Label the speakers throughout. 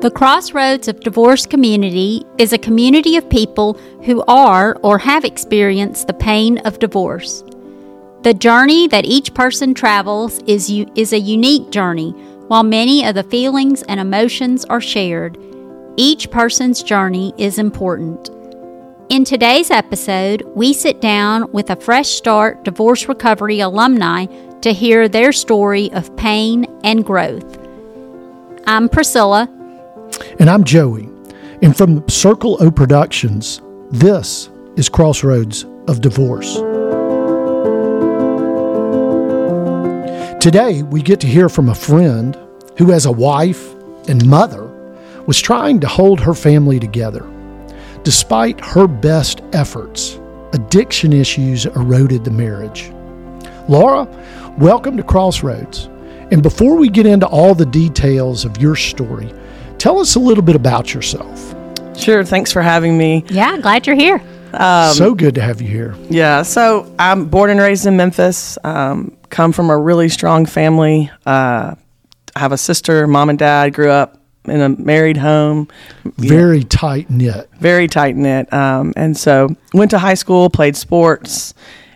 Speaker 1: The Crossroads of Divorce Community is a community of people who are or have experienced the pain of divorce. The journey that each person travels is, u- is a unique journey, while many of the feelings and emotions are shared. Each person's journey is important. In today's episode, we sit down with a Fresh Start Divorce Recovery alumni to hear their story of pain and growth. I'm Priscilla,
Speaker 2: And I'm Joey. And from Circle O Productions, this is Crossroads of Divorce. Today, we get to hear from a friend who, as a wife and mother, was trying to hold her family together. Despite her best efforts, addiction issues eroded the marriage. Laura, welcome to Crossroads. And before we get into all the details of your story, tell us a little bit about yourself.
Speaker 3: Sure. Thanks for having me.
Speaker 1: Yeah, glad you're here.
Speaker 2: so good to have you here.
Speaker 3: Yeah. So I'm born and raised in Memphis. Um, come from a really strong family. Uh, I have a sister, mom and dad. Grew up in a married home,
Speaker 2: Very tight knit.
Speaker 3: very tight knit. Um, and so went to high school, played sports,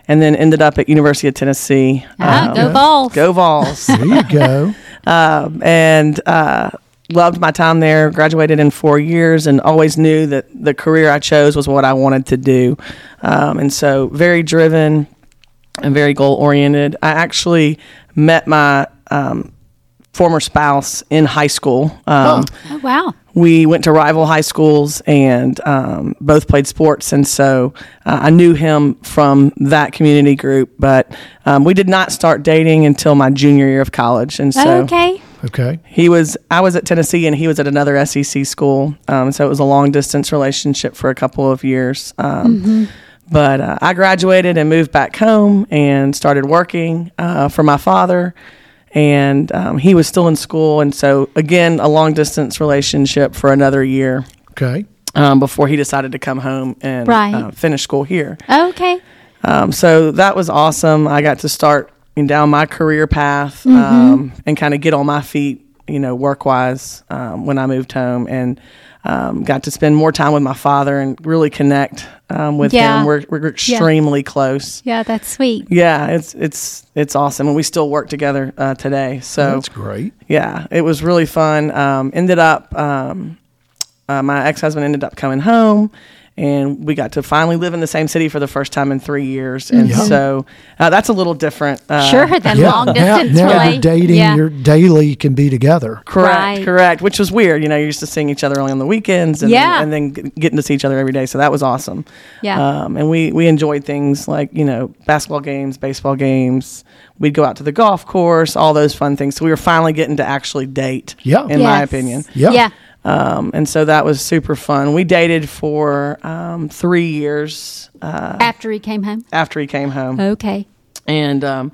Speaker 3: and then ended up at University of Tennessee.
Speaker 1: Ah,
Speaker 3: Um,
Speaker 1: go Vols.
Speaker 3: Go Vols.
Speaker 2: There you go.
Speaker 3: um, and uh, loved my time there. Graduated in four years, and always knew that the career I chose was what I wanted to do. Um, and so, very driven and very goal oriented. I actually met my um, former spouse in high school. Um,
Speaker 1: Oh, wow.
Speaker 3: we went to rival high schools and um, both played sports. And so uh, I knew him from that community group, but um, we did not start dating until my junior year of college. And so
Speaker 1: okay.
Speaker 2: Okay.
Speaker 3: he was, I was at Tennessee and he was at another SEC school. Um, so it was a long distance relationship for a couple of years. Um, But uh, I graduated and moved back home and started working uh, for my father. And um, he was still in school. And so, again, a long distance relationship for another year
Speaker 2: Okay.
Speaker 3: um, before he decided to come home and
Speaker 1: Right.
Speaker 3: uh, finish school here.
Speaker 1: Okay.
Speaker 3: Um, so that was awesome. I got to start down my career path
Speaker 1: Mm-hmm.
Speaker 3: um, and kind of get on my feet, you know, work wise um, when I moved home and um, got to spend more time with my father and really connect um, with
Speaker 1: Yeah.
Speaker 3: him. We're, we're extremely close.
Speaker 1: Yeah, that's sweet.
Speaker 3: Yeah, it's it's it's awesome, and we still work together uh, today. So
Speaker 2: That's great.
Speaker 3: yeah, it was really fun. Um, ended up, um, uh, my ex husband ended up coming home, and we got to finally live in the same city for the first time in three years. And so uh, that's a little different. Uh,
Speaker 1: sure, then long
Speaker 2: now
Speaker 1: distance
Speaker 2: now
Speaker 1: relate-
Speaker 2: you're dating,
Speaker 1: yeah.
Speaker 2: your daily can be together.
Speaker 3: Correct,
Speaker 1: Right.
Speaker 3: correct. Which was weird. You know, you're used to seeing each other only on the weekends, and
Speaker 1: Yeah.
Speaker 3: then, and then g- getting to see each other every day. So that was awesome.
Speaker 1: Yeah.
Speaker 3: Um, and we we enjoyed things like you know basketball games, baseball games. We'd go out to the golf course, all those fun things. So we were finally getting to actually date.
Speaker 2: Yeah.
Speaker 3: In my
Speaker 1: Yes.
Speaker 3: opinion.
Speaker 2: Yeah.
Speaker 1: Yeah.
Speaker 3: Um, and so that was super fun. We dated for um, three years uh,
Speaker 1: After he came home.
Speaker 3: after he came home,
Speaker 1: Okay.
Speaker 3: and um,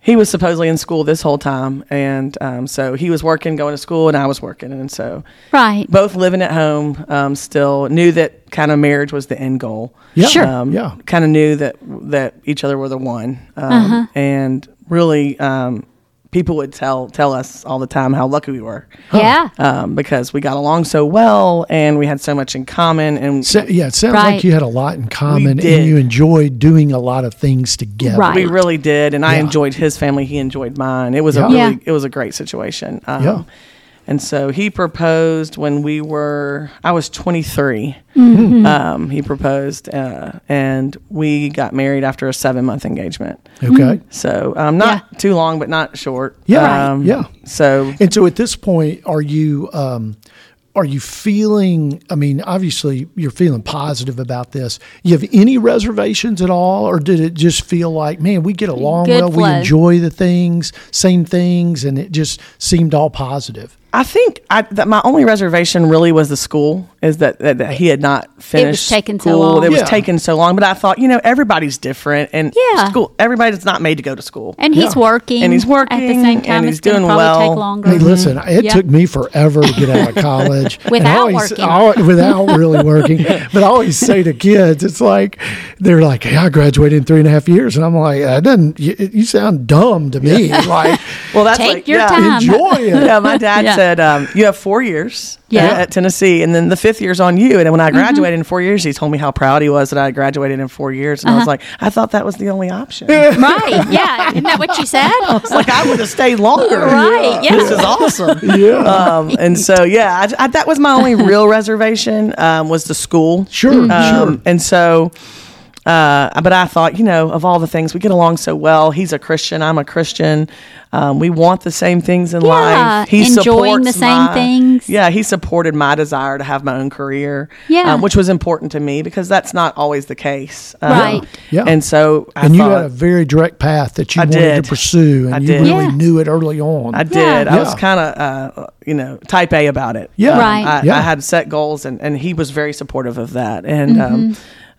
Speaker 3: he was supposedly in school this whole time. And um, so he was working, going to school, and I was working. And so
Speaker 1: Right.
Speaker 3: both living at home, um, still knew that kind of marriage was the end goal.
Speaker 2: Yeah. Sure. Yeah.
Speaker 3: Kind of knew that that each other were the one, um, and really. Um, People would tell tell us all the time how lucky we were
Speaker 1: Yeah.
Speaker 3: um, because we got along so well and we had so much in common. And
Speaker 2: So, yeah. It sounds
Speaker 1: Right.
Speaker 2: like you had a lot in common
Speaker 3: did.
Speaker 2: and you enjoyed doing a lot of things together.
Speaker 1: Right.
Speaker 3: we really did. And I
Speaker 2: Yeah.
Speaker 3: enjoyed his family. He enjoyed mine. It was
Speaker 2: Yeah.
Speaker 3: a really,
Speaker 1: Yeah.
Speaker 3: it was a great situation. Um,
Speaker 2: Yeah.
Speaker 3: And so he proposed when we were, I was 23.
Speaker 1: Mm-hmm.
Speaker 3: Um, he proposed uh, and we got married after a seven month engagement.
Speaker 2: Okay.
Speaker 3: So um, not too long, but not short.
Speaker 2: Yeah. Right.
Speaker 3: Um,
Speaker 2: Yeah.
Speaker 3: So
Speaker 2: And so at this point, are you um, are you feeling? I mean, obviously you're feeling positive about this. You have any reservations at all, or did it just feel like, man, we get along
Speaker 1: Good
Speaker 2: well,
Speaker 1: flow.
Speaker 2: we enjoy the things, same things, and it just seemed all positive?
Speaker 3: I think I, that my only reservation really was the school is that, that, that he had not finished.
Speaker 1: taking so
Speaker 3: school.
Speaker 1: long.
Speaker 3: It was
Speaker 2: Yeah.
Speaker 3: taking so long, but I thought, you know, everybody's different, and
Speaker 1: Yeah.
Speaker 3: school. Everybody's not made to go to school.
Speaker 1: And he's
Speaker 2: Yeah.
Speaker 1: working.
Speaker 3: And he's
Speaker 1: at the
Speaker 3: working,
Speaker 1: same time.
Speaker 3: and he's
Speaker 1: it's gonna
Speaker 3: doing
Speaker 1: probably
Speaker 3: well.
Speaker 1: Take longer.
Speaker 2: Hey, listen, it
Speaker 1: Yeah.
Speaker 2: took me forever to get out of college And I
Speaker 1: Mm-hmm. Without
Speaker 2: always-
Speaker 1: working.
Speaker 2: I al- without really working. But I always say to kids, it's like they're like, "Hey, I graduated in three and a half years," and I'm like, "That doesn't. You, you sound dumb to me. Like,
Speaker 3: Well, that's
Speaker 1: Take
Speaker 3: like,
Speaker 1: your
Speaker 3: yeah.
Speaker 1: time.
Speaker 2: enjoy it."
Speaker 3: yeah, my dad
Speaker 1: Yeah.
Speaker 3: said, um, "You have four years uh,
Speaker 1: Yeah. Mm-hmm.
Speaker 3: at Tennessee, and then the fifth year's on you." And then when I graduated in four years, he told me how proud he was that I graduated in four years, and I was
Speaker 1: Uh-huh.
Speaker 3: like, "I thought that was the only option. It's
Speaker 1: Right. Yeah. Isn't that what you said?
Speaker 3: like I would have stayed longer.
Speaker 1: Right, yeah.
Speaker 3: This is awesome."
Speaker 2: Yeah,
Speaker 1: Uh,
Speaker 3: Um, and so, yeah, I, I, that was my only real reservation um, was the school.
Speaker 2: sure,
Speaker 3: Um,
Speaker 2: sure.
Speaker 3: And so, uh, but I thought, you know, of all the things, we get along so well. He's a Christian. I'm a Christian. Um, we want the same things in
Speaker 1: Yeah,
Speaker 3: life. He
Speaker 1: enjoying the
Speaker 3: supports
Speaker 1: same
Speaker 3: my-
Speaker 1: things.
Speaker 3: Yeah, he supported my desire to have my own career.
Speaker 1: Yeah.
Speaker 3: um, which was important to me because that's not always the case. Um,
Speaker 1: Right.
Speaker 2: Yeah.
Speaker 3: And so, I
Speaker 2: and you
Speaker 3: thought,
Speaker 2: had a very direct path that you
Speaker 3: I
Speaker 2: wanted
Speaker 3: did.
Speaker 2: to pursue, and
Speaker 3: I
Speaker 2: you
Speaker 3: did.
Speaker 2: really
Speaker 1: Yeah.
Speaker 2: knew it early on.
Speaker 3: I did. I
Speaker 2: Yeah.
Speaker 3: was kind of, uh, you know, type A about it.
Speaker 2: Yeah.
Speaker 3: Um,
Speaker 1: Right.
Speaker 3: I,
Speaker 2: Yeah.
Speaker 3: I had set goals, and, and he was very supportive of that. And um,
Speaker 1: Mm-hmm.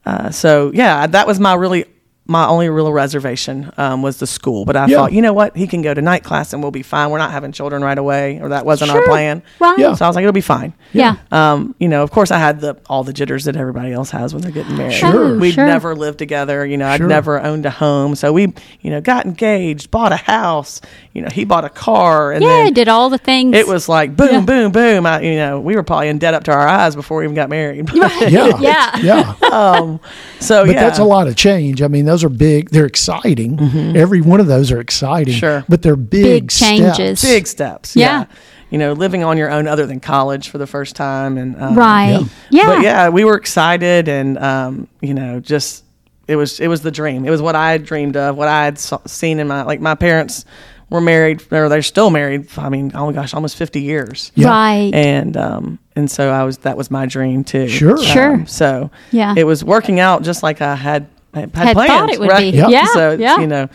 Speaker 3: uh, so, yeah, that was my really my only real reservation um, was the school. But I
Speaker 2: Yeah.
Speaker 3: thought, you know what, he can go to night class, and we'll be fine. We're not having children right away, or that wasn't our
Speaker 1: Sure.
Speaker 3: plan.
Speaker 1: Right.
Speaker 2: Yeah.
Speaker 3: So I was like, it'll be fine.
Speaker 1: Yeah.
Speaker 3: Um, you know, of course, I had the all the jitters that everybody else has when they're getting married.
Speaker 1: Sure. Oh,
Speaker 3: we'd
Speaker 1: sure.
Speaker 3: never lived together. You know,
Speaker 2: Sure.
Speaker 3: I'd never owned a home, so we, you know, got engaged, bought a house. You know, he bought a car, and
Speaker 1: Yeah.
Speaker 3: then
Speaker 1: Did all the things.
Speaker 3: it was like boom, boom, boom. I, you know, we were probably in debt up to our eyes before we even got married.
Speaker 2: yeah,
Speaker 1: Yeah.
Speaker 2: yeah.
Speaker 3: um, so
Speaker 2: But
Speaker 3: yeah,
Speaker 2: that's a lot of change. I mean, those are big. They're exciting. Every one of those are exciting.
Speaker 3: Mm-hmm. Sure.
Speaker 2: but they're big,
Speaker 1: Big changes.
Speaker 2: steps.
Speaker 3: big steps.
Speaker 1: Yeah.
Speaker 3: You know, living on your own other than college for the first time, and um,
Speaker 1: Right. Yeah.
Speaker 3: Yeah. But yeah, we were excited, and um, you know, just it was it was the dream. It was what I had dreamed of, what I had saw, seen in my like my parents were married, or they're still married. I mean, oh my gosh, almost fifty years.
Speaker 2: Yeah.
Speaker 1: Right.
Speaker 3: And um, and so I was that was my dream too.
Speaker 2: Sure.
Speaker 3: Um,
Speaker 1: Sure.
Speaker 3: So
Speaker 1: Yeah.
Speaker 3: it was working out just like I had had,
Speaker 1: Had thought
Speaker 3: planned.
Speaker 1: it would
Speaker 3: right?
Speaker 1: be. Yeah.
Speaker 3: So it's,
Speaker 1: Yeah.
Speaker 3: you know,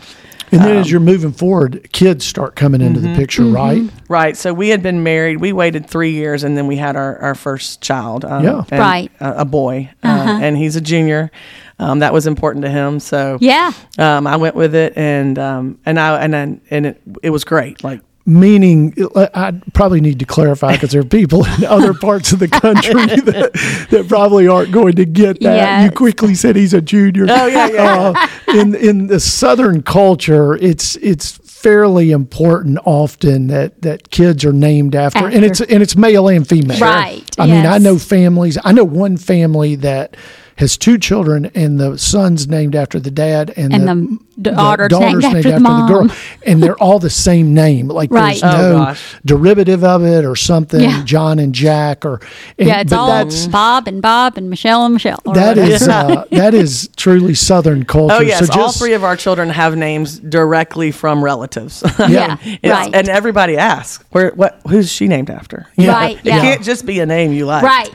Speaker 2: And then as you're moving forward, kids start coming into
Speaker 3: Mm-hmm.
Speaker 2: the picture,
Speaker 1: Mm-hmm.
Speaker 2: right?
Speaker 3: Right. So we had been married. We waited three years, and then we had our, our first child. Um,
Speaker 2: Yeah.
Speaker 3: and,
Speaker 1: Right. Uh-huh.
Speaker 3: uh, A, boy, uh, and he's a junior. Um, that was important to him. So
Speaker 1: Yeah.
Speaker 3: um, I went with it, and um, and I and I, and it, it was great. Like
Speaker 2: Meaning, uh, I probably need to clarify because there are people in other parts of the country that, that probably aren't going to get that.
Speaker 1: Yes.
Speaker 2: You quickly said he's a junior.
Speaker 3: Oh, yeah, yeah,
Speaker 2: Uh, in in the Southern culture, it's it's fairly important often that that kids are named after, and
Speaker 1: After.
Speaker 2: it's and it's male and female.
Speaker 1: Sure. Right,
Speaker 2: I mean, I
Speaker 1: yes.
Speaker 2: know families. I know one family that has two children, and the son's named after the dad, and,
Speaker 1: And
Speaker 2: the,
Speaker 1: the daughter's named after the mom.
Speaker 2: girl, and they're all the same name. Like
Speaker 1: Right.
Speaker 2: there's
Speaker 1: Oh,
Speaker 2: no
Speaker 3: gosh.
Speaker 2: derivative of it or something.
Speaker 1: Yeah.
Speaker 2: John and Jack, or and-
Speaker 1: Yeah. It's
Speaker 2: but
Speaker 1: all
Speaker 2: that's-
Speaker 1: Bob and Bob and Michelle and Michelle. or
Speaker 2: that
Speaker 1: whatever.
Speaker 2: is uh, that is truly Southern culture.
Speaker 3: oh yes,
Speaker 2: so just,
Speaker 3: all three of our children have names directly from relatives.
Speaker 1: Yeah.
Speaker 3: It's-
Speaker 1: Right.
Speaker 3: And everybody asks, "Where? What? Who's she named after?" You know,
Speaker 1: Right,
Speaker 3: It
Speaker 1: yeah.
Speaker 3: can't just be a name you like.
Speaker 1: right.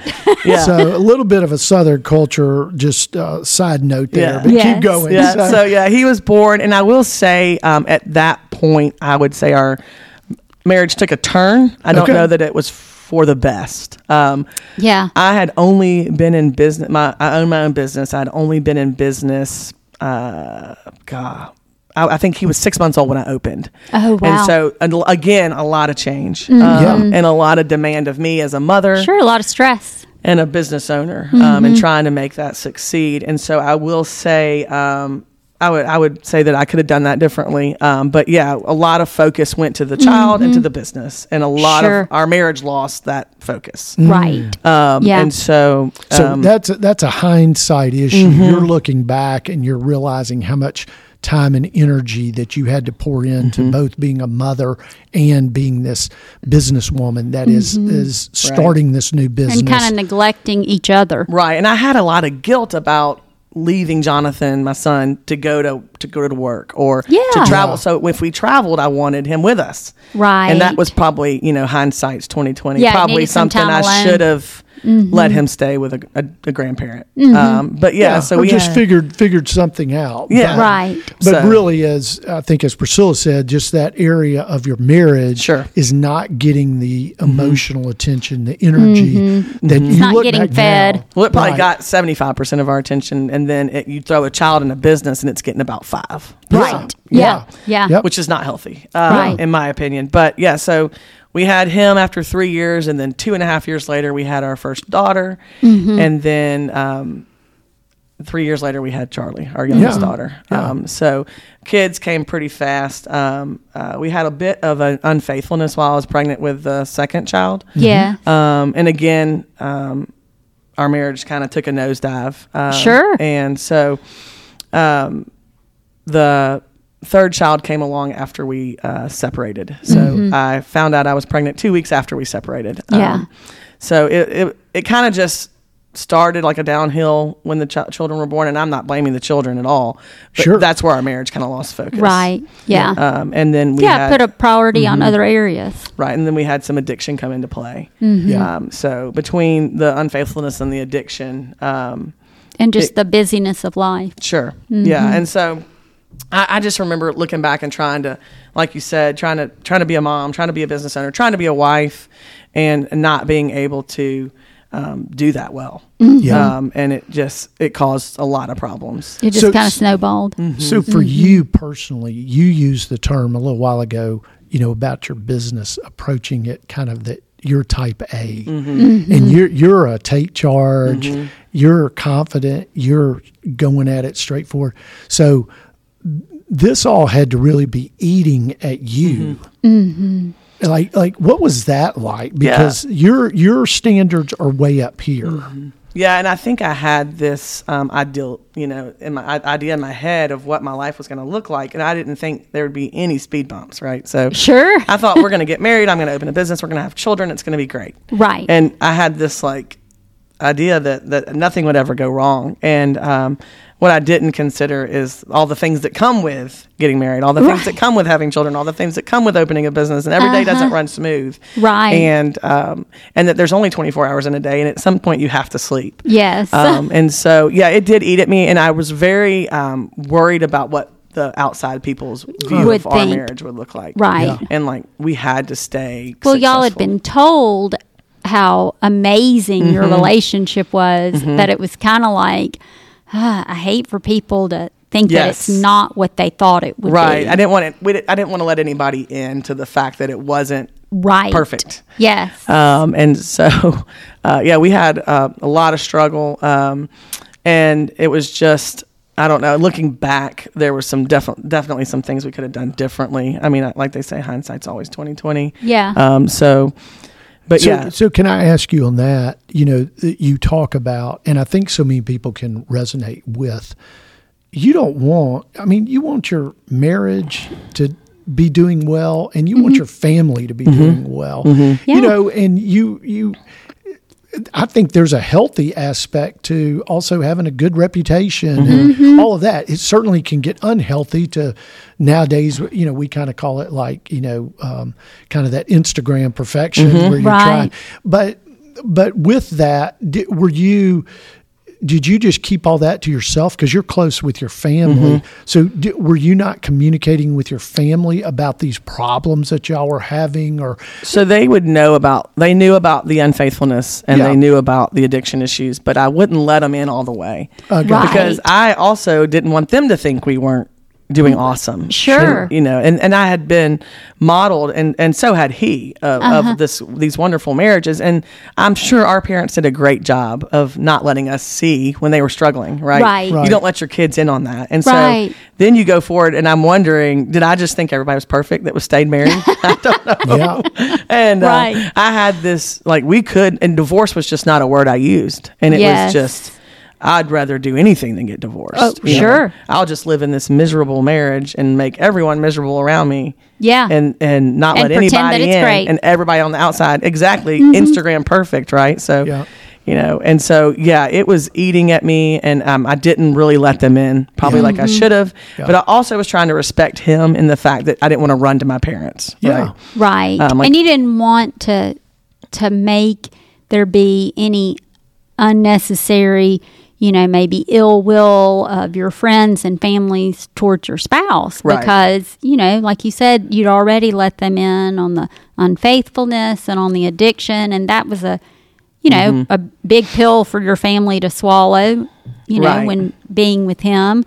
Speaker 3: Yeah.
Speaker 2: So a little bit of a Southern culture. Just uh, side note there,
Speaker 3: Yeah.
Speaker 2: but
Speaker 1: Yes.
Speaker 2: keep going.
Speaker 3: Yeah. So, yeah, he was born, and I will say, um, at that point, I would say our marriage took a turn. I don't
Speaker 2: Okay.
Speaker 3: know that it was for the best. Um,
Speaker 1: yeah.
Speaker 3: I had only been in business. My I own my own business. I'd only been in business. Uh, God, I, I think he was six months old when I opened.
Speaker 1: Oh, wow. Mm-hmm.
Speaker 3: And so and l- again, a lot of change um,
Speaker 2: Yeah.
Speaker 3: and a lot of demand of me as a mother
Speaker 1: Sure. A lot of stress.
Speaker 3: and a business owner um,
Speaker 1: Mm-hmm.
Speaker 3: and trying to make that succeed. And so I will say, um, I would I would say that I could have done that differently. Um, but yeah, a lot of focus went to the child and to the business, and a lot
Speaker 1: Mm-hmm. Sure.
Speaker 3: of our marriage lost that focus.
Speaker 1: Right.
Speaker 3: Um,
Speaker 1: Yeah.
Speaker 3: And so,
Speaker 2: So
Speaker 3: um, Mm-hmm.
Speaker 2: that's a, that's a hindsight issue. You're looking back and you're realizing how much time and energy that you had to pour into
Speaker 3: Mm-hmm.
Speaker 2: both being a mother and being this businesswoman that is is starting this new business.
Speaker 1: Mm-hmm. and kind of neglecting each other.
Speaker 3: right, and I had a lot of guilt about leaving Jonathan, my son, to go to to go to work or
Speaker 1: Yeah.
Speaker 3: to travel. So if we traveled, I wanted him with us.
Speaker 1: Right.
Speaker 3: and that was probably you know hindsight's twenty twenty.
Speaker 1: Yeah, it
Speaker 3: probably
Speaker 1: needed some Mm-hmm.
Speaker 3: something
Speaker 1: time
Speaker 3: I
Speaker 1: alone.
Speaker 3: should have let him stay with a, a, a grandparent.
Speaker 1: Mm-hmm.
Speaker 3: Um, but yeah, so
Speaker 2: I
Speaker 3: we
Speaker 2: just
Speaker 3: had-
Speaker 2: figured figured something out.
Speaker 3: Yeah.
Speaker 2: but,
Speaker 1: Right.
Speaker 2: But
Speaker 3: So-
Speaker 2: really, as I think, as Priscilla said, just that area of your marriage
Speaker 3: Sure. Mm-hmm.
Speaker 2: is not getting the emotional attention, the energy that you
Speaker 1: Mm-hmm. not
Speaker 2: look
Speaker 1: getting
Speaker 2: back
Speaker 1: fed.
Speaker 2: now-
Speaker 3: Well, it probably
Speaker 2: Right.
Speaker 3: got seventy five percent of our attention, and then it, you throw a child in a business, and it's getting about five,
Speaker 1: Right.
Speaker 2: Yeah.
Speaker 1: Yeah.
Speaker 2: Yeah.
Speaker 1: Yeah.
Speaker 2: Yep.
Speaker 3: which is not healthy, uh,
Speaker 1: Right.
Speaker 3: in my opinion. But yeah, so we had him after three years, and then two and a half years later, we had our first daughter, and then um, three years later, we had Charlie, our youngest
Speaker 2: Yeah.
Speaker 3: daughter. Um, so kids came pretty fast. Um, uh, we had a bit of an unfaithfulness while I was pregnant with the second child.
Speaker 1: Yeah.
Speaker 3: Um, and again, um, our marriage kind of took a nosedive. Um,
Speaker 1: Sure.
Speaker 3: And so um, the third child came along after we uh, separated. So I found out I was pregnant two weeks after we separated.
Speaker 1: Mm-hmm.
Speaker 3: Um,
Speaker 1: Yeah.
Speaker 3: so it, it, it kind of just started like a downhill when the ch- children were born. And I'm not blaming the children at all. But
Speaker 2: Sure.
Speaker 3: That's where our marriage kind of lost focus.
Speaker 1: Right. Yeah. Yeah.
Speaker 3: Um, and then we had, Mm-hmm.
Speaker 1: put a priority on other areas.
Speaker 3: right and then we had some addiction come into play
Speaker 2: Yeah.
Speaker 3: um, so between the unfaithfulness and the addiction um,
Speaker 1: And just
Speaker 3: It-
Speaker 1: the busyness of life.
Speaker 3: sure yeah and so I, I just remember looking back and trying to like you said trying to trying to be a mom trying to be a business owner trying to be a wife and not being able to um, do that well
Speaker 2: Yeah.
Speaker 3: um, and it just it caused a lot of problems
Speaker 1: It just
Speaker 2: So-
Speaker 1: kind of snowballed.
Speaker 3: Mm.
Speaker 2: So for you personally, you used the term a little while ago, you know, about your business approaching it kind of that you're type A. And you're you're a take charge, you're confident, you're going at it straightforward. So this all had to really be eating at you. Like like what was that like?
Speaker 3: Yeah.
Speaker 2: Because your your standards are way up here.
Speaker 3: Yeah, and I think I had this um, ideal, you know, in my i- idea in my head of what my life was going to look like, and I didn't think there would be any speed bumps, right? So
Speaker 1: Sure.
Speaker 3: I thought we're going to get married, I'm going to open a business, we're going to have children, it's going to be great,
Speaker 1: Right.
Speaker 3: And I had this like idea that that nothing would ever go wrong, and um, what I didn't consider is all the things that come with getting married, all the things that come with having children, all the things that come with opening a business, and every day
Speaker 1: Uh-huh.
Speaker 3: doesn't run smooth,
Speaker 1: Right.
Speaker 3: And um, and that there's only 24 hours in a day, and at some point you have to sleep.
Speaker 1: Yes.
Speaker 3: Um, and so, yeah, it did eat at me, and I was very um, worried about what the outside people's view
Speaker 1: Would
Speaker 3: of our
Speaker 1: think.
Speaker 3: marriage would look like.
Speaker 1: Right. Yeah.
Speaker 3: And like, we had to stay.
Speaker 1: well, y'all had
Speaker 3: successful.
Speaker 1: been told how amazing your
Speaker 3: Mm-hmm.
Speaker 1: relationship was, that it was kind of like, ah, I hate for people to think that it's
Speaker 3: Yes.
Speaker 1: not what they thought it would
Speaker 3: right.
Speaker 1: be.
Speaker 3: I didn't want it. We did, I didn't want to let anybody in to the fact that it wasn't
Speaker 1: Right.
Speaker 3: perfect.
Speaker 1: Yes.
Speaker 3: Um, and so, uh, yeah, we had uh, a lot of struggle, um, and it was just I don't know. Looking back, there were some defi- definitely some things we could have done differently. I mean, like they say, hindsight's always twenty twenty.
Speaker 1: Yeah.
Speaker 3: Um, so, but
Speaker 2: So,
Speaker 3: yeah,
Speaker 2: so can I ask you on that? You know, that you talk about, and I think so many people can resonate with. You don't want. I mean, you want your marriage to be doing well, and you
Speaker 3: Mm-hmm.
Speaker 2: want your family to be doing well. You
Speaker 1: Yeah.
Speaker 2: know, and you you. I think there's a healthy aspect to also having a good reputation and all of that. It certainly can get unhealthy to nowadays, you know, we kind of call it like, you know, um, kind of that Instagram perfection where you're
Speaker 1: Right.
Speaker 2: trying. But, but with that, did, were you, did you just keep all that to yourself? Because you're close with your family. So di- were you not communicating with your family about these problems that y'all were having or,
Speaker 3: So they would know about they knew about the unfaithfulness and
Speaker 2: Yeah.
Speaker 3: they knew about the addiction issues, but I wouldn't let them in all the way
Speaker 2: Okay.
Speaker 1: Right.
Speaker 3: because I also didn't want them to think we weren't doing awesome.
Speaker 1: Sure.
Speaker 3: you know, and, and I had been modeled and and so had he of,
Speaker 1: Uh-huh.
Speaker 3: of this these wonderful marriages, and I'm sure our parents did a great job of not letting us see when they were struggling. Right,
Speaker 1: Right.
Speaker 2: Right.
Speaker 3: You don't let your kids in on that, and
Speaker 1: Right.
Speaker 3: so then you go forward, and I'm wondering, did I just think everybody was perfect that was stayed married?
Speaker 2: yeah,
Speaker 3: and uh,
Speaker 1: Right.
Speaker 3: I had this like we could, and divorce was just not a word I used, and it
Speaker 1: Yes.
Speaker 3: was just I'd rather do anything than get divorced.
Speaker 1: Oh,
Speaker 3: you know?
Speaker 1: sure.
Speaker 3: I'll just live in this miserable marriage and make everyone miserable around me.
Speaker 1: Yeah.
Speaker 3: and and not
Speaker 1: And
Speaker 3: let
Speaker 1: pretend
Speaker 3: anybody
Speaker 1: that it's
Speaker 3: in,
Speaker 1: great. Mm-hmm.
Speaker 3: and everybody on the outside. Exactly, Instagram perfect, right? So.
Speaker 2: Yeah.
Speaker 3: You know, and so yeah, it was eating at me, and um, I didn't really let them in, probably like I
Speaker 1: Mm-hmm.
Speaker 3: should have. But I also was trying to respect him in the fact that I didn't want to run to my parents.
Speaker 2: Yeah.
Speaker 3: right?
Speaker 1: right.
Speaker 3: Um, like-
Speaker 1: and you didn't want to to make there be any unnecessary, you know, maybe ill will of your friends and families towards your spouse
Speaker 3: Right.
Speaker 1: because, you know, like you said, you'd already let them in on the unfaithfulness and on the addiction. And that was a, you know,
Speaker 3: Mm-hmm.
Speaker 1: a big pill for your family to swallow, you know,
Speaker 3: Right.
Speaker 1: when being with him.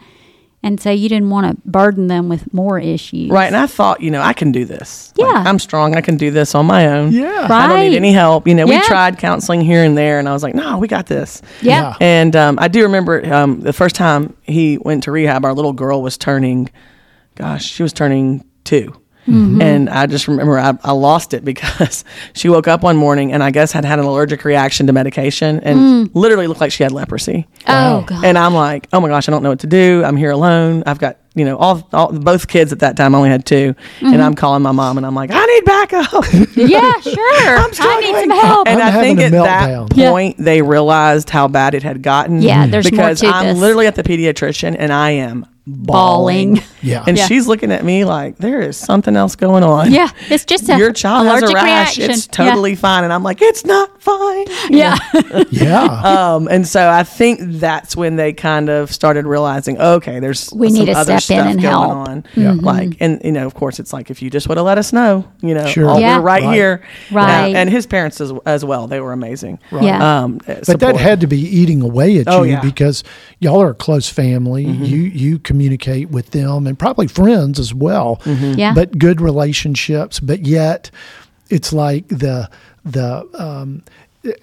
Speaker 1: And so you didn't want to burden them with more issues.
Speaker 3: Right. And I thought, you know, I can do this. Like,
Speaker 1: Yeah.
Speaker 3: I'm strong. I can do this on my own.
Speaker 2: Yeah.
Speaker 1: Right.
Speaker 3: I don't need any help. You know,
Speaker 1: Yeah.
Speaker 3: we tried counseling here and there, and I was like, no, we got this.
Speaker 1: Yeah.
Speaker 3: And um, I do remember um, the first time he went to rehab, our little girl was turning, gosh, she was turning 2
Speaker 1: Mm-hmm.
Speaker 3: And I just remember I, I lost it because she woke up one morning and I guess had had an allergic reaction to medication
Speaker 1: Mm.
Speaker 3: and literally looked like she had leprosy.
Speaker 1: Oh, God.
Speaker 3: And I'm like, oh my gosh, I don't know what to do. I'm here alone. I've got, you know, all, all both kids at that time I only had 2 And
Speaker 1: Mm-hmm.
Speaker 3: I'm calling my mom and I'm like, I need backup.
Speaker 1: yeah, sure. I need some help.
Speaker 3: And
Speaker 2: I'm
Speaker 3: I think
Speaker 2: having
Speaker 3: at
Speaker 2: a
Speaker 3: that
Speaker 2: meltdown.
Speaker 1: Yeah.
Speaker 3: point they realized how bad it had gotten.
Speaker 1: Yeah, there's more
Speaker 3: because
Speaker 1: to
Speaker 3: I'm
Speaker 1: this.
Speaker 3: literally at the pediatrician and I am
Speaker 1: Bawling.
Speaker 3: bawling.
Speaker 2: Yeah.
Speaker 3: And
Speaker 1: Yeah.
Speaker 3: she's looking at me like there is something else going on.
Speaker 1: yeah, it's just a
Speaker 3: Your child has a
Speaker 1: allergic
Speaker 3: rash.
Speaker 1: reaction.
Speaker 3: It's
Speaker 1: Yeah.
Speaker 3: totally fine. And I'm like, it's not fine.
Speaker 1: Yeah.
Speaker 2: Yeah.
Speaker 3: Um, and so I think that's when they kind of started realizing, okay, there's
Speaker 1: We
Speaker 3: some
Speaker 1: need to
Speaker 3: other
Speaker 1: step in
Speaker 3: stuff
Speaker 1: and
Speaker 3: going
Speaker 1: help. Mm-hmm.
Speaker 3: on.
Speaker 2: Yeah.
Speaker 3: Like, and you know, of course, it's like if you just would have let us know, you know,
Speaker 2: Sure.
Speaker 3: oh,
Speaker 1: Yeah.
Speaker 3: we're right,
Speaker 2: Right.
Speaker 3: here,
Speaker 1: Right.
Speaker 3: And, and his parents as, as well, they were amazing. Right.
Speaker 1: Yeah.
Speaker 3: Um, but
Speaker 2: But that had to be eating away at
Speaker 3: Oh,
Speaker 2: you
Speaker 3: yeah. Mm-hmm.
Speaker 2: because y'all are a close family. You you communicate with them and probably friends as well.
Speaker 3: Mm-hmm.
Speaker 1: Yeah.
Speaker 2: But good relationships. But yet, it's like the the um,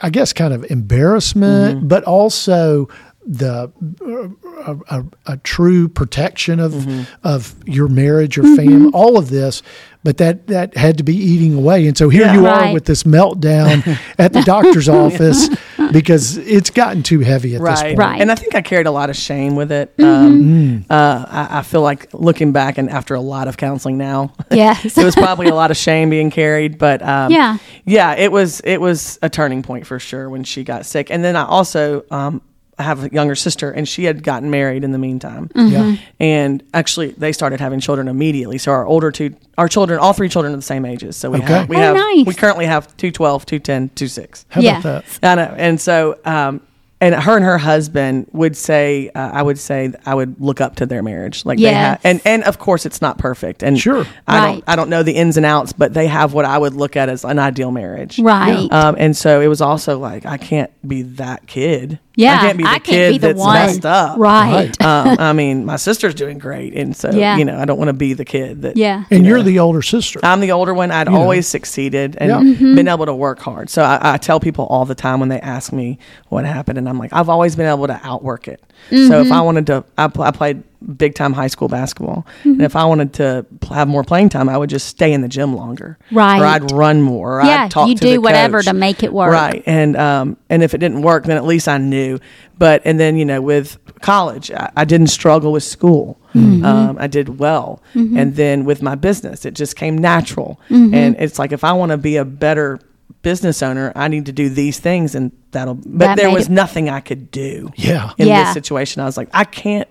Speaker 2: I guess kind of embarrassment,
Speaker 3: Mm-hmm.
Speaker 2: but also the uh, a, a, a true protection of
Speaker 3: Mm-hmm.
Speaker 2: of your marriage, your
Speaker 1: Mm-hmm.
Speaker 2: family, all of this. But that that had to be eating away, and so here
Speaker 3: Yeah.
Speaker 2: you are
Speaker 1: Right.
Speaker 2: with this meltdown at the doctor's office because it's gotten too heavy at this
Speaker 3: Right.
Speaker 2: point.
Speaker 1: Right. Mm-hmm.
Speaker 3: And I think I carried a lot of shame with it. Um, uh, I, I feel like looking back and after a lot of counseling now,
Speaker 1: yes.
Speaker 3: it was probably a lot of shame being carried but um,
Speaker 1: Yeah.
Speaker 3: yeah it was it was a turning point for sure when she got sick and then i also um, I have a younger sister and she had gotten married in the meantime
Speaker 1: Mm-hmm.
Speaker 2: Yeah.
Speaker 3: and actually they started having children immediately so our older two our children all three children are the same ages so we
Speaker 2: Okay.
Speaker 3: have we
Speaker 1: Oh,
Speaker 3: have
Speaker 1: nice.
Speaker 3: we currently have 212 210 26
Speaker 2: How
Speaker 1: Yeah.
Speaker 2: about that?
Speaker 3: I know. And so, um, and her and her husband would say, uh, I would say, th- I would look up to their marriage. Like they
Speaker 1: Yes.
Speaker 3: have, and and of course it's not perfect. And
Speaker 2: Sure.
Speaker 3: I
Speaker 1: Right.
Speaker 3: don't, I don't know the ins and outs, but they have what I would look at as an ideal marriage.
Speaker 1: Right.
Speaker 3: Um, and so it was also like, I can't be that kid.
Speaker 1: yeah.
Speaker 3: I can't be the kid that's messed up.
Speaker 1: Right.
Speaker 3: um, I mean, my sister's doing great, and so
Speaker 1: Yeah.
Speaker 3: you know, I don't want to be the kid that
Speaker 1: Yeah.
Speaker 2: And you're the older sister.
Speaker 1: Uh,
Speaker 3: I'm the older one. I'd always succeeded and
Speaker 2: Yeah.
Speaker 1: Mm-hmm.
Speaker 3: been able to work hard. So I, I tell people all the time when they ask me what happened, and I'm like, I've always been able to outwork it. So
Speaker 1: Mm-hmm.
Speaker 3: if I wanted to, I, pl- I played big time high school basketball,
Speaker 1: Mm-hmm.
Speaker 3: and if I wanted to pl- have more playing time, I would just stay in the gym longer,
Speaker 1: Right.
Speaker 3: Or I'd run more. Or
Speaker 1: Yeah,
Speaker 3: I'd talk
Speaker 1: you
Speaker 3: to
Speaker 1: do
Speaker 3: the
Speaker 1: whatever
Speaker 3: coach.
Speaker 1: to make it work.
Speaker 3: Right, and um, and if it didn't work, then at least I knew. But and then you know, with college, I, I didn't struggle with school.
Speaker 1: Mm-hmm.
Speaker 3: Um, I did well, and then with my business, it just came natural.
Speaker 1: Mm-hmm.
Speaker 3: And it's like if I want to be a better business owner, I need to do these things, and that'll. But
Speaker 1: That
Speaker 3: there
Speaker 1: made
Speaker 3: was
Speaker 1: it-
Speaker 3: nothing I could do.
Speaker 2: Yeah.
Speaker 3: in
Speaker 1: Yeah.
Speaker 3: this situation, I was like, I can't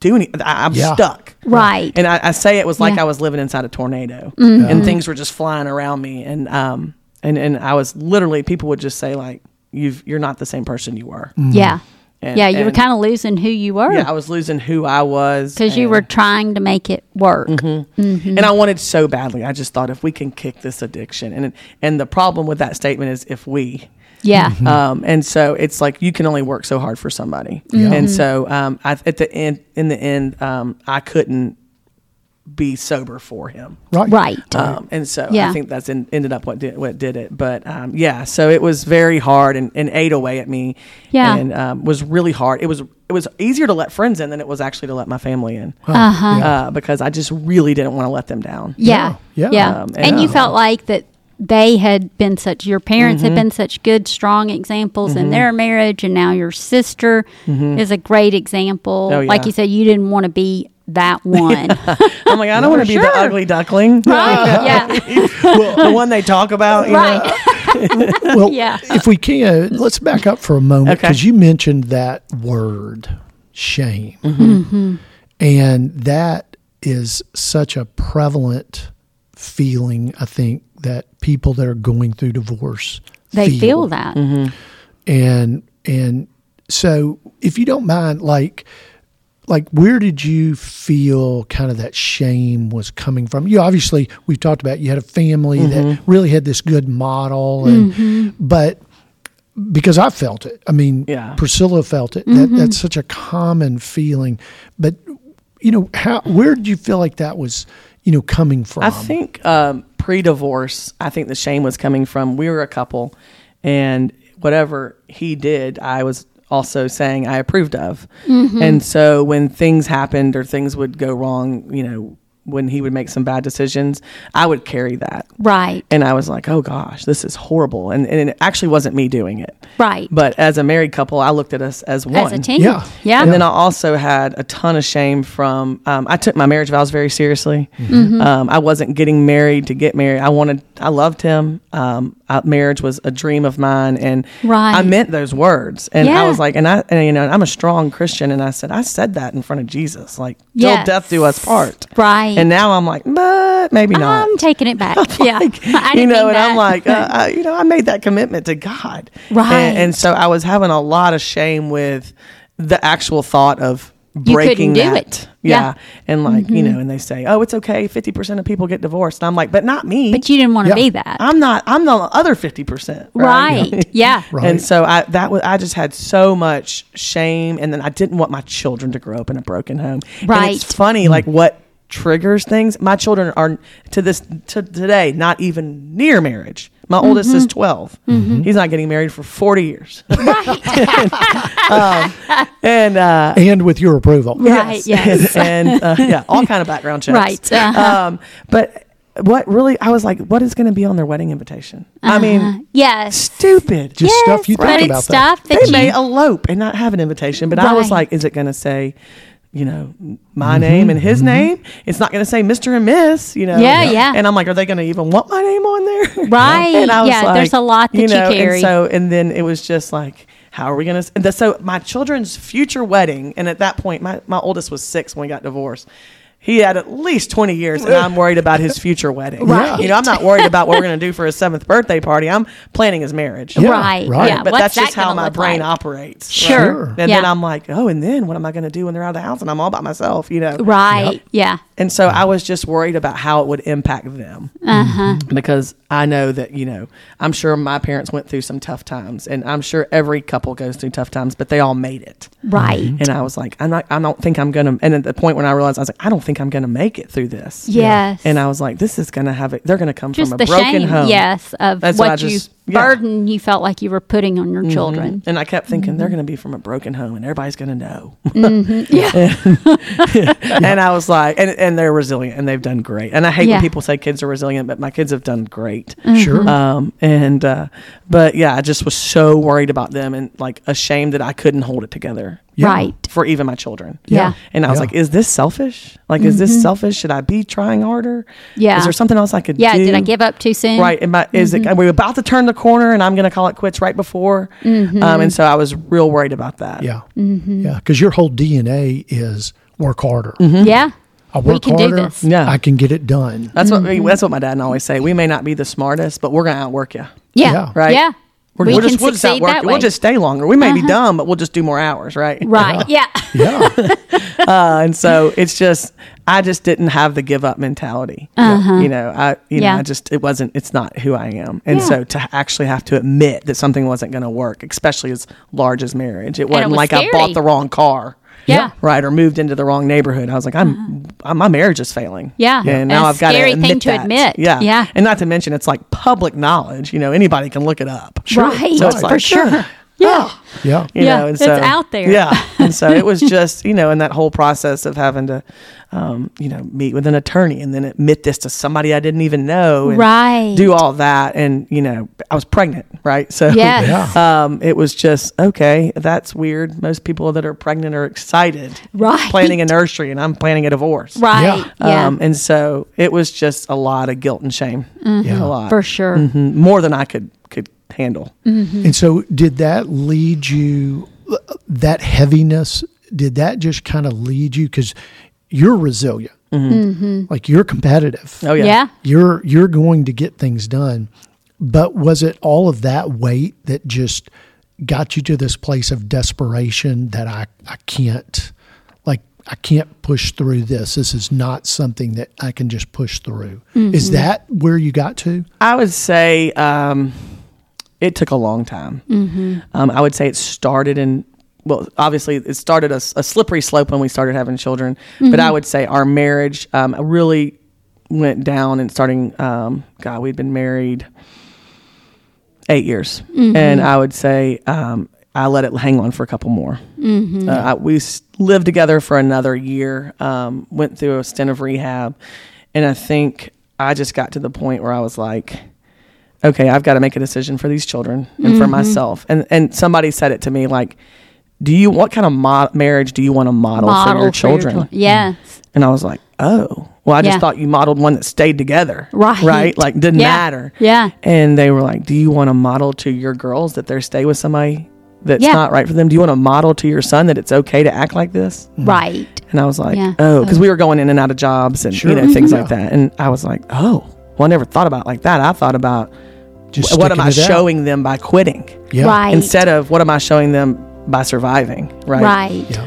Speaker 3: do any. I, I'm
Speaker 2: Yeah.
Speaker 3: stuck.
Speaker 1: Right.
Speaker 3: And I, I say it was like
Speaker 1: Yeah. Mm-hmm.
Speaker 3: I was living inside a tornado, and things were just flying around me, and um, and and I was literally people would just say like, "You've you're not the same person you were."
Speaker 2: Mm.
Speaker 1: Yeah.
Speaker 3: And-
Speaker 1: yeah. You were
Speaker 3: and-
Speaker 1: kind of losing who you were
Speaker 3: Yeah, I was losing who I was
Speaker 1: because you Mm-hmm.
Speaker 3: and- Mm-hmm.
Speaker 1: were trying to make it work.
Speaker 3: and I wanted so badly. I just thought if we can kick this addiction, and and the problem with that statement is if we,
Speaker 1: Yeah.
Speaker 3: Um, and so it's like you can only work so hard for somebody. And so um, I, at the end, in the end, um, I couldn't be sober for him.
Speaker 2: Right.
Speaker 1: Right.
Speaker 3: Um, and so
Speaker 1: Yeah.
Speaker 3: I think that's in, ended up what did, what did it. But um, yeah, so it was very hard and, and ate away at me.
Speaker 1: Yeah.
Speaker 3: and um, was really hard. It was it was easier to let friends in than it was actually to let my family in
Speaker 2: Uh-huh. Yeah.
Speaker 3: uh, because I just really didn't want to let them down.
Speaker 1: Yeah.
Speaker 2: Yeah.
Speaker 1: Yeah.
Speaker 3: Um,
Speaker 1: and you
Speaker 3: yeah.
Speaker 1: felt like that they had been such, your parents
Speaker 3: Mm-hmm.
Speaker 1: had been such good, strong examples in their marriage. And now your sister is a great example.
Speaker 3: Mm-hmm. Oh,
Speaker 1: Like
Speaker 3: yeah.
Speaker 1: you said, you didn't want to be that one.
Speaker 3: I'm like, I don't want to be
Speaker 1: sure.
Speaker 3: the ugly duckling,
Speaker 1: Right. Yeah.
Speaker 3: the one they talk about. You know?
Speaker 1: Right.
Speaker 2: Well,
Speaker 1: Yeah.
Speaker 2: if we can, let's back up for a moment
Speaker 3: Okay.
Speaker 2: because you mentioned that word, shame.
Speaker 3: Mm-hmm.
Speaker 1: Mm-hmm.
Speaker 2: And that is such a prevalent feeling, I think, that people that are going through divorce
Speaker 1: They feel that.
Speaker 3: Mm-hmm.
Speaker 2: and and so if you don't mind like like where did you feel kind of that shame was coming from you obviously we've talked about you had a family that
Speaker 3: Mm-hmm.
Speaker 2: really had this good model and but because I felt it. I mean,
Speaker 3: Yeah. Mm-hmm.
Speaker 2: Priscilla felt it. That, that's such a common feeling. But you know, how where did you feel like that was, you know, coming from?
Speaker 3: I think um, pre-divorce, I think the shame was coming from we were a couple, and whatever he did, I was also saying I approved of. And so when things happened or things would go wrong, you know, when he would make some bad decisions, I would carry that.
Speaker 1: Right.
Speaker 3: And I was like, oh gosh, this is horrible. And, and it actually wasn't me doing it.
Speaker 1: Right.
Speaker 3: But as a married couple, I looked at us as one.
Speaker 1: As a team.
Speaker 2: Yeah.
Speaker 1: Yeah.
Speaker 3: And then I also had a ton of shame from um, I took my marriage vows very seriously.
Speaker 1: Mm-hmm.
Speaker 3: Um, I wasn't getting married to get married. I wanted, I loved him. Um, I, marriage was a dream of mine, and
Speaker 1: Right.
Speaker 3: I meant those words. And
Speaker 1: Yeah.
Speaker 3: I was like, and I, and, you know, I'm a strong Christian, and I said, I said that in front of Jesus, like, till
Speaker 1: Yes.
Speaker 3: death do us part.
Speaker 1: Right.
Speaker 3: And now I'm like, but maybe not.
Speaker 1: I'm taking it back. yeah. I
Speaker 3: you
Speaker 1: didn't
Speaker 3: know,
Speaker 1: mean
Speaker 3: and
Speaker 1: that.
Speaker 3: I'm like, uh, I, you know, I made that commitment to God,
Speaker 1: Right.
Speaker 3: And, and so I was having a lot of shame with the actual thought of
Speaker 1: You couldn't
Speaker 3: breaking
Speaker 1: do
Speaker 3: that.
Speaker 1: it. Yeah. Mm-hmm.
Speaker 3: Yeah. and like you know, and they say, oh, it's okay, fifty percent of people get divorced, and I'm like, but not me.
Speaker 1: but you didn't want to
Speaker 2: Yeah.
Speaker 1: be that.
Speaker 3: I'm not. I'm the other fifty percent.
Speaker 1: right. Yeah.
Speaker 2: Right.
Speaker 3: And so I that was I just had so much shame, and then I didn't want my children to grow up in a broken home. And
Speaker 1: Right.
Speaker 3: it's funny, like what triggers things. My children are to this to today not even near marriage. My
Speaker 1: Mm-hmm.
Speaker 3: oldest is 12 He's not getting married for forty years. Um, and uh,
Speaker 2: and with your approval.
Speaker 1: Right. Yes.
Speaker 3: and uh, yeah, all kind of background checks.
Speaker 1: Right, uh-huh.
Speaker 3: Um, but what really I was like, what is going to be on their wedding invitation? I mean,
Speaker 1: Uh-huh. yes.
Speaker 3: stupid.
Speaker 2: Just stuff you
Speaker 1: But
Speaker 2: think
Speaker 1: it's
Speaker 2: about that.
Speaker 1: stuff that,
Speaker 3: they
Speaker 1: you
Speaker 3: may elope and not have an invitation. But I
Speaker 1: Right.
Speaker 3: was
Speaker 1: Mm-hmm.
Speaker 3: like, is it going to say, you know, my name and his name? It's not going to say Mr. and Miss, you know?
Speaker 1: Yeah, yeah.
Speaker 3: And I'm like, are they going to even want my name on there?
Speaker 1: Right.
Speaker 3: And I was
Speaker 1: Yeah, there's a lot that you carry.
Speaker 3: And so, and then it was just like, how are we going to? So my children's future wedding, and at that point, my, my oldest was six when we got divorced. He had at least 20 years, and I'm worried about his future wedding.
Speaker 2: Right.
Speaker 3: You know, I'm not worried about what we're going to do for his seventh birthday party. I'm planning his marriage
Speaker 2: Yeah,
Speaker 1: right.
Speaker 2: right.
Speaker 1: Yeah.
Speaker 3: but
Speaker 1: What's
Speaker 3: that's just
Speaker 1: that
Speaker 3: how
Speaker 1: gonna
Speaker 3: my
Speaker 1: look
Speaker 3: brain
Speaker 1: like?
Speaker 3: operates.
Speaker 1: Sure.
Speaker 2: Sure.
Speaker 3: And then
Speaker 1: Yeah.
Speaker 3: I'm like, oh, and then what am I going to do when they're out of the house and I'm all by myself, you know?
Speaker 1: Right. Yeah.
Speaker 3: And so I was just worried about how it would impact them
Speaker 1: Uh-huh.
Speaker 3: because I know that, you know, I'm sure my parents went through some tough times and I'm sure every couple goes through tough times, but they all made it.
Speaker 1: Right.
Speaker 3: And I was like, I'm not, I don't think I'm going to. And at the point when I realized, I was like, I don't think I'm going to make it through this.
Speaker 1: Yes.
Speaker 3: And I was like, this is going to have it. They're going to come
Speaker 1: just
Speaker 3: from
Speaker 1: the
Speaker 3: a broken
Speaker 1: shame,
Speaker 3: home.
Speaker 1: yes, of
Speaker 3: That's what I
Speaker 1: what you
Speaker 3: just- yeah. Mm-hmm.
Speaker 1: burden you felt like you were putting on your children.
Speaker 3: And I kept thinking
Speaker 1: Mm-hmm.
Speaker 3: they're going to be from a broken home, and everybody's going to know. Yeah. and I was like, and, and they're resilient, and they've done great. And I hate
Speaker 1: Yeah. Mm-hmm.
Speaker 3: when people say kids are resilient, but my kids have done great.
Speaker 2: Sure.
Speaker 3: Um, and uh, but yeah, I just was so worried about them, and like ashamed that I couldn't hold it together
Speaker 2: Yeah.
Speaker 1: Right.
Speaker 3: for even my children.
Speaker 1: Yeah. Mm-hmm.
Speaker 3: And I was
Speaker 2: Yeah.
Speaker 3: like, is this selfish? Like, is this selfish? Should I be trying harder?
Speaker 1: Yeah.
Speaker 3: Is there something else I could
Speaker 1: Yeah.
Speaker 3: do?
Speaker 1: Did I give up too soon?
Speaker 3: Right. Am I, is
Speaker 1: Mm-hmm.
Speaker 3: it, are we about to turn the corner and I'm going to call it quits right before?
Speaker 1: Mm-hmm.
Speaker 3: Um, and so I was real worried about that.
Speaker 2: Yeah.
Speaker 3: Mm-hmm.
Speaker 2: Yeah. Because your whole DNA is work harder.
Speaker 3: Mm-hmm.
Speaker 1: Yeah.
Speaker 2: I
Speaker 1: We
Speaker 2: work
Speaker 1: can do
Speaker 2: harder.
Speaker 1: this.
Speaker 3: Yeah.
Speaker 2: I can get it done.
Speaker 3: That's what
Speaker 1: Mm-hmm.
Speaker 3: we, that's what my dad and I always say. We may not be the smartest, but we're going to outwork you.
Speaker 1: Yeah.
Speaker 2: Yeah.
Speaker 1: Right.
Speaker 3: Right.
Speaker 1: Yeah.
Speaker 3: We're,
Speaker 1: we
Speaker 3: we'll
Speaker 1: can
Speaker 3: just, we'll just
Speaker 1: succeed
Speaker 3: outwork
Speaker 1: that
Speaker 3: you.
Speaker 1: way. Uh-huh.
Speaker 3: We'll just stay longer. We may be dumb, but we'll just do more hours. Right.
Speaker 1: right. Yeah.
Speaker 2: Yeah.
Speaker 3: Uh, and so it's just, I just didn't have the give up mentality. You know, I, you
Speaker 1: Uh-huh. Yeah.
Speaker 3: know, I just, it wasn't, it's not who I am. And
Speaker 1: Yeah.
Speaker 3: so to actually have to admit that something wasn't going to work, especially as large as marriage, it wasn't
Speaker 1: was
Speaker 3: like I
Speaker 1: scary.
Speaker 3: bought the wrong car.
Speaker 1: Yeah. Uh-huh.
Speaker 3: right or moved into the wrong neighborhood i was like i'm uh my marriage is failing
Speaker 1: Yeah.
Speaker 3: and
Speaker 1: Yeah.
Speaker 3: now
Speaker 1: A
Speaker 3: i've got
Speaker 1: scary
Speaker 3: admit
Speaker 1: thing to
Speaker 3: that.
Speaker 1: admit.
Speaker 3: yeah
Speaker 1: Yeah.
Speaker 3: and not to mention it's like public knowledge you know anybody can look it up
Speaker 1: Right.
Speaker 3: so it's
Speaker 1: For
Speaker 3: like
Speaker 1: sure.
Speaker 3: sure
Speaker 1: Yeah.
Speaker 3: Oh,
Speaker 2: yeah.
Speaker 3: you
Speaker 1: Yeah,
Speaker 3: know and
Speaker 1: it's
Speaker 3: so
Speaker 1: out there.
Speaker 3: yeah and so it was just you know in that whole process of having to um, you know meet with an attorney and then admit this to somebody i didn't even know and
Speaker 1: Right.
Speaker 3: do all that and you know i was pregnant right so
Speaker 1: Yes.
Speaker 3: um, it was just okay. That's weird. Most people that are pregnant are excited,
Speaker 1: Right.
Speaker 3: Planning a nursery, and I'm planning a divorce,
Speaker 1: Right. Yeah.
Speaker 2: Yeah.
Speaker 3: Um, and so it was just a lot of guilt and shame,
Speaker 2: Yeah.
Speaker 3: a lot
Speaker 1: Mm-hmm. For Mm-hmm. sure.
Speaker 3: Mhm. more than I could could handle.
Speaker 2: And so, did that lead you, that heaviness, did that just kind of lead you? Because you're resilient.
Speaker 1: Mm-hmm.
Speaker 2: Like you're competitive.
Speaker 3: Oh yeah.
Speaker 1: yeah.
Speaker 2: You're you're going to get things done. But was it all of that weight that just got you to this place of desperation that I, I can't like I can't push through this. This is not something that I can just push through. Is that where you got to?
Speaker 3: I would say um, it took a long time. Um, I would say it started in, well, obviously it started a, s- a slippery slope when we started having children, but I would say our marriage um, really went down and starting, um, God, we'd been married eight years. And I would say um, I let it hang on for a couple more. Uh, I, we s- lived together for another year, um, went through a stint of rehab. And I think I just got to the point where I was like, okay, I've got to make a decision for these children and for myself. And, and somebody said it to me like, do you what kind of mo- marriage do you want to model, for your children? Mm.
Speaker 1: chil- Yes.
Speaker 3: And I was like, oh, well, I just
Speaker 1: Yeah.
Speaker 3: thought you modeled one that stayed together.
Speaker 1: Right.
Speaker 3: Right. Like, didn't
Speaker 1: Yeah.
Speaker 3: matter.
Speaker 1: Yeah.
Speaker 3: And they were like, do you want to model to your girls that they stay with somebody that's
Speaker 1: Yeah.
Speaker 3: not right for them? Do you want to model to your son that it's okay to act like this?
Speaker 1: Right.
Speaker 3: And I was like,
Speaker 1: Yeah.
Speaker 3: oh, because we were going in and out of jobs and, you
Speaker 2: Sure.
Speaker 3: know, things
Speaker 2: Mhm.
Speaker 3: like that. And I was like, oh, well, I never thought about it like that. I thought about
Speaker 2: Just
Speaker 3: what am I
Speaker 2: sticking it out.
Speaker 3: showing them by quitting
Speaker 2: Yeah.
Speaker 1: Right.
Speaker 3: instead of what am I showing them by surviving? Right.
Speaker 1: Right.
Speaker 2: Yeah.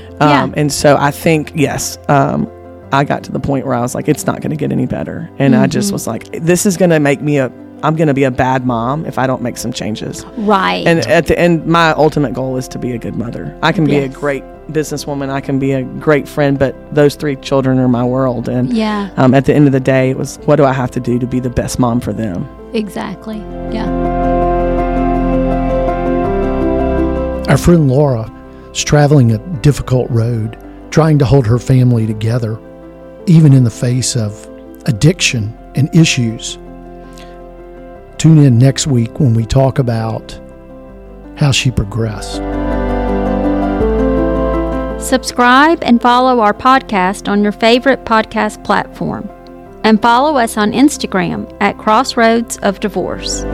Speaker 1: Yeah.
Speaker 3: Um, And so I think, yes, um, I got to the point where I was like, it's not going to get any better. And I
Speaker 1: Mm-hmm.
Speaker 3: just was like, this is going to make me a, I'm going to be a bad mom if I don't make some changes.
Speaker 1: Right.
Speaker 3: And at the end, my ultimate goal is to be a good mother. I can be
Speaker 1: Yes.
Speaker 3: a great businesswoman, I can be a great friend, but those three children are my world. And
Speaker 1: Yeah.
Speaker 3: um, at the end of the day, it was, what do I have to do to be the best mom for them?
Speaker 1: exactly. Yeah.
Speaker 2: Our friend Laura is traveling a difficult road, trying to hold her family together, even in the face of addiction and issues. Tune in next week when we talk about how she progressed.
Speaker 1: Subscribe and follow our podcast on your favorite podcast platform. And follow us on Instagram at Crossroads of Divorce.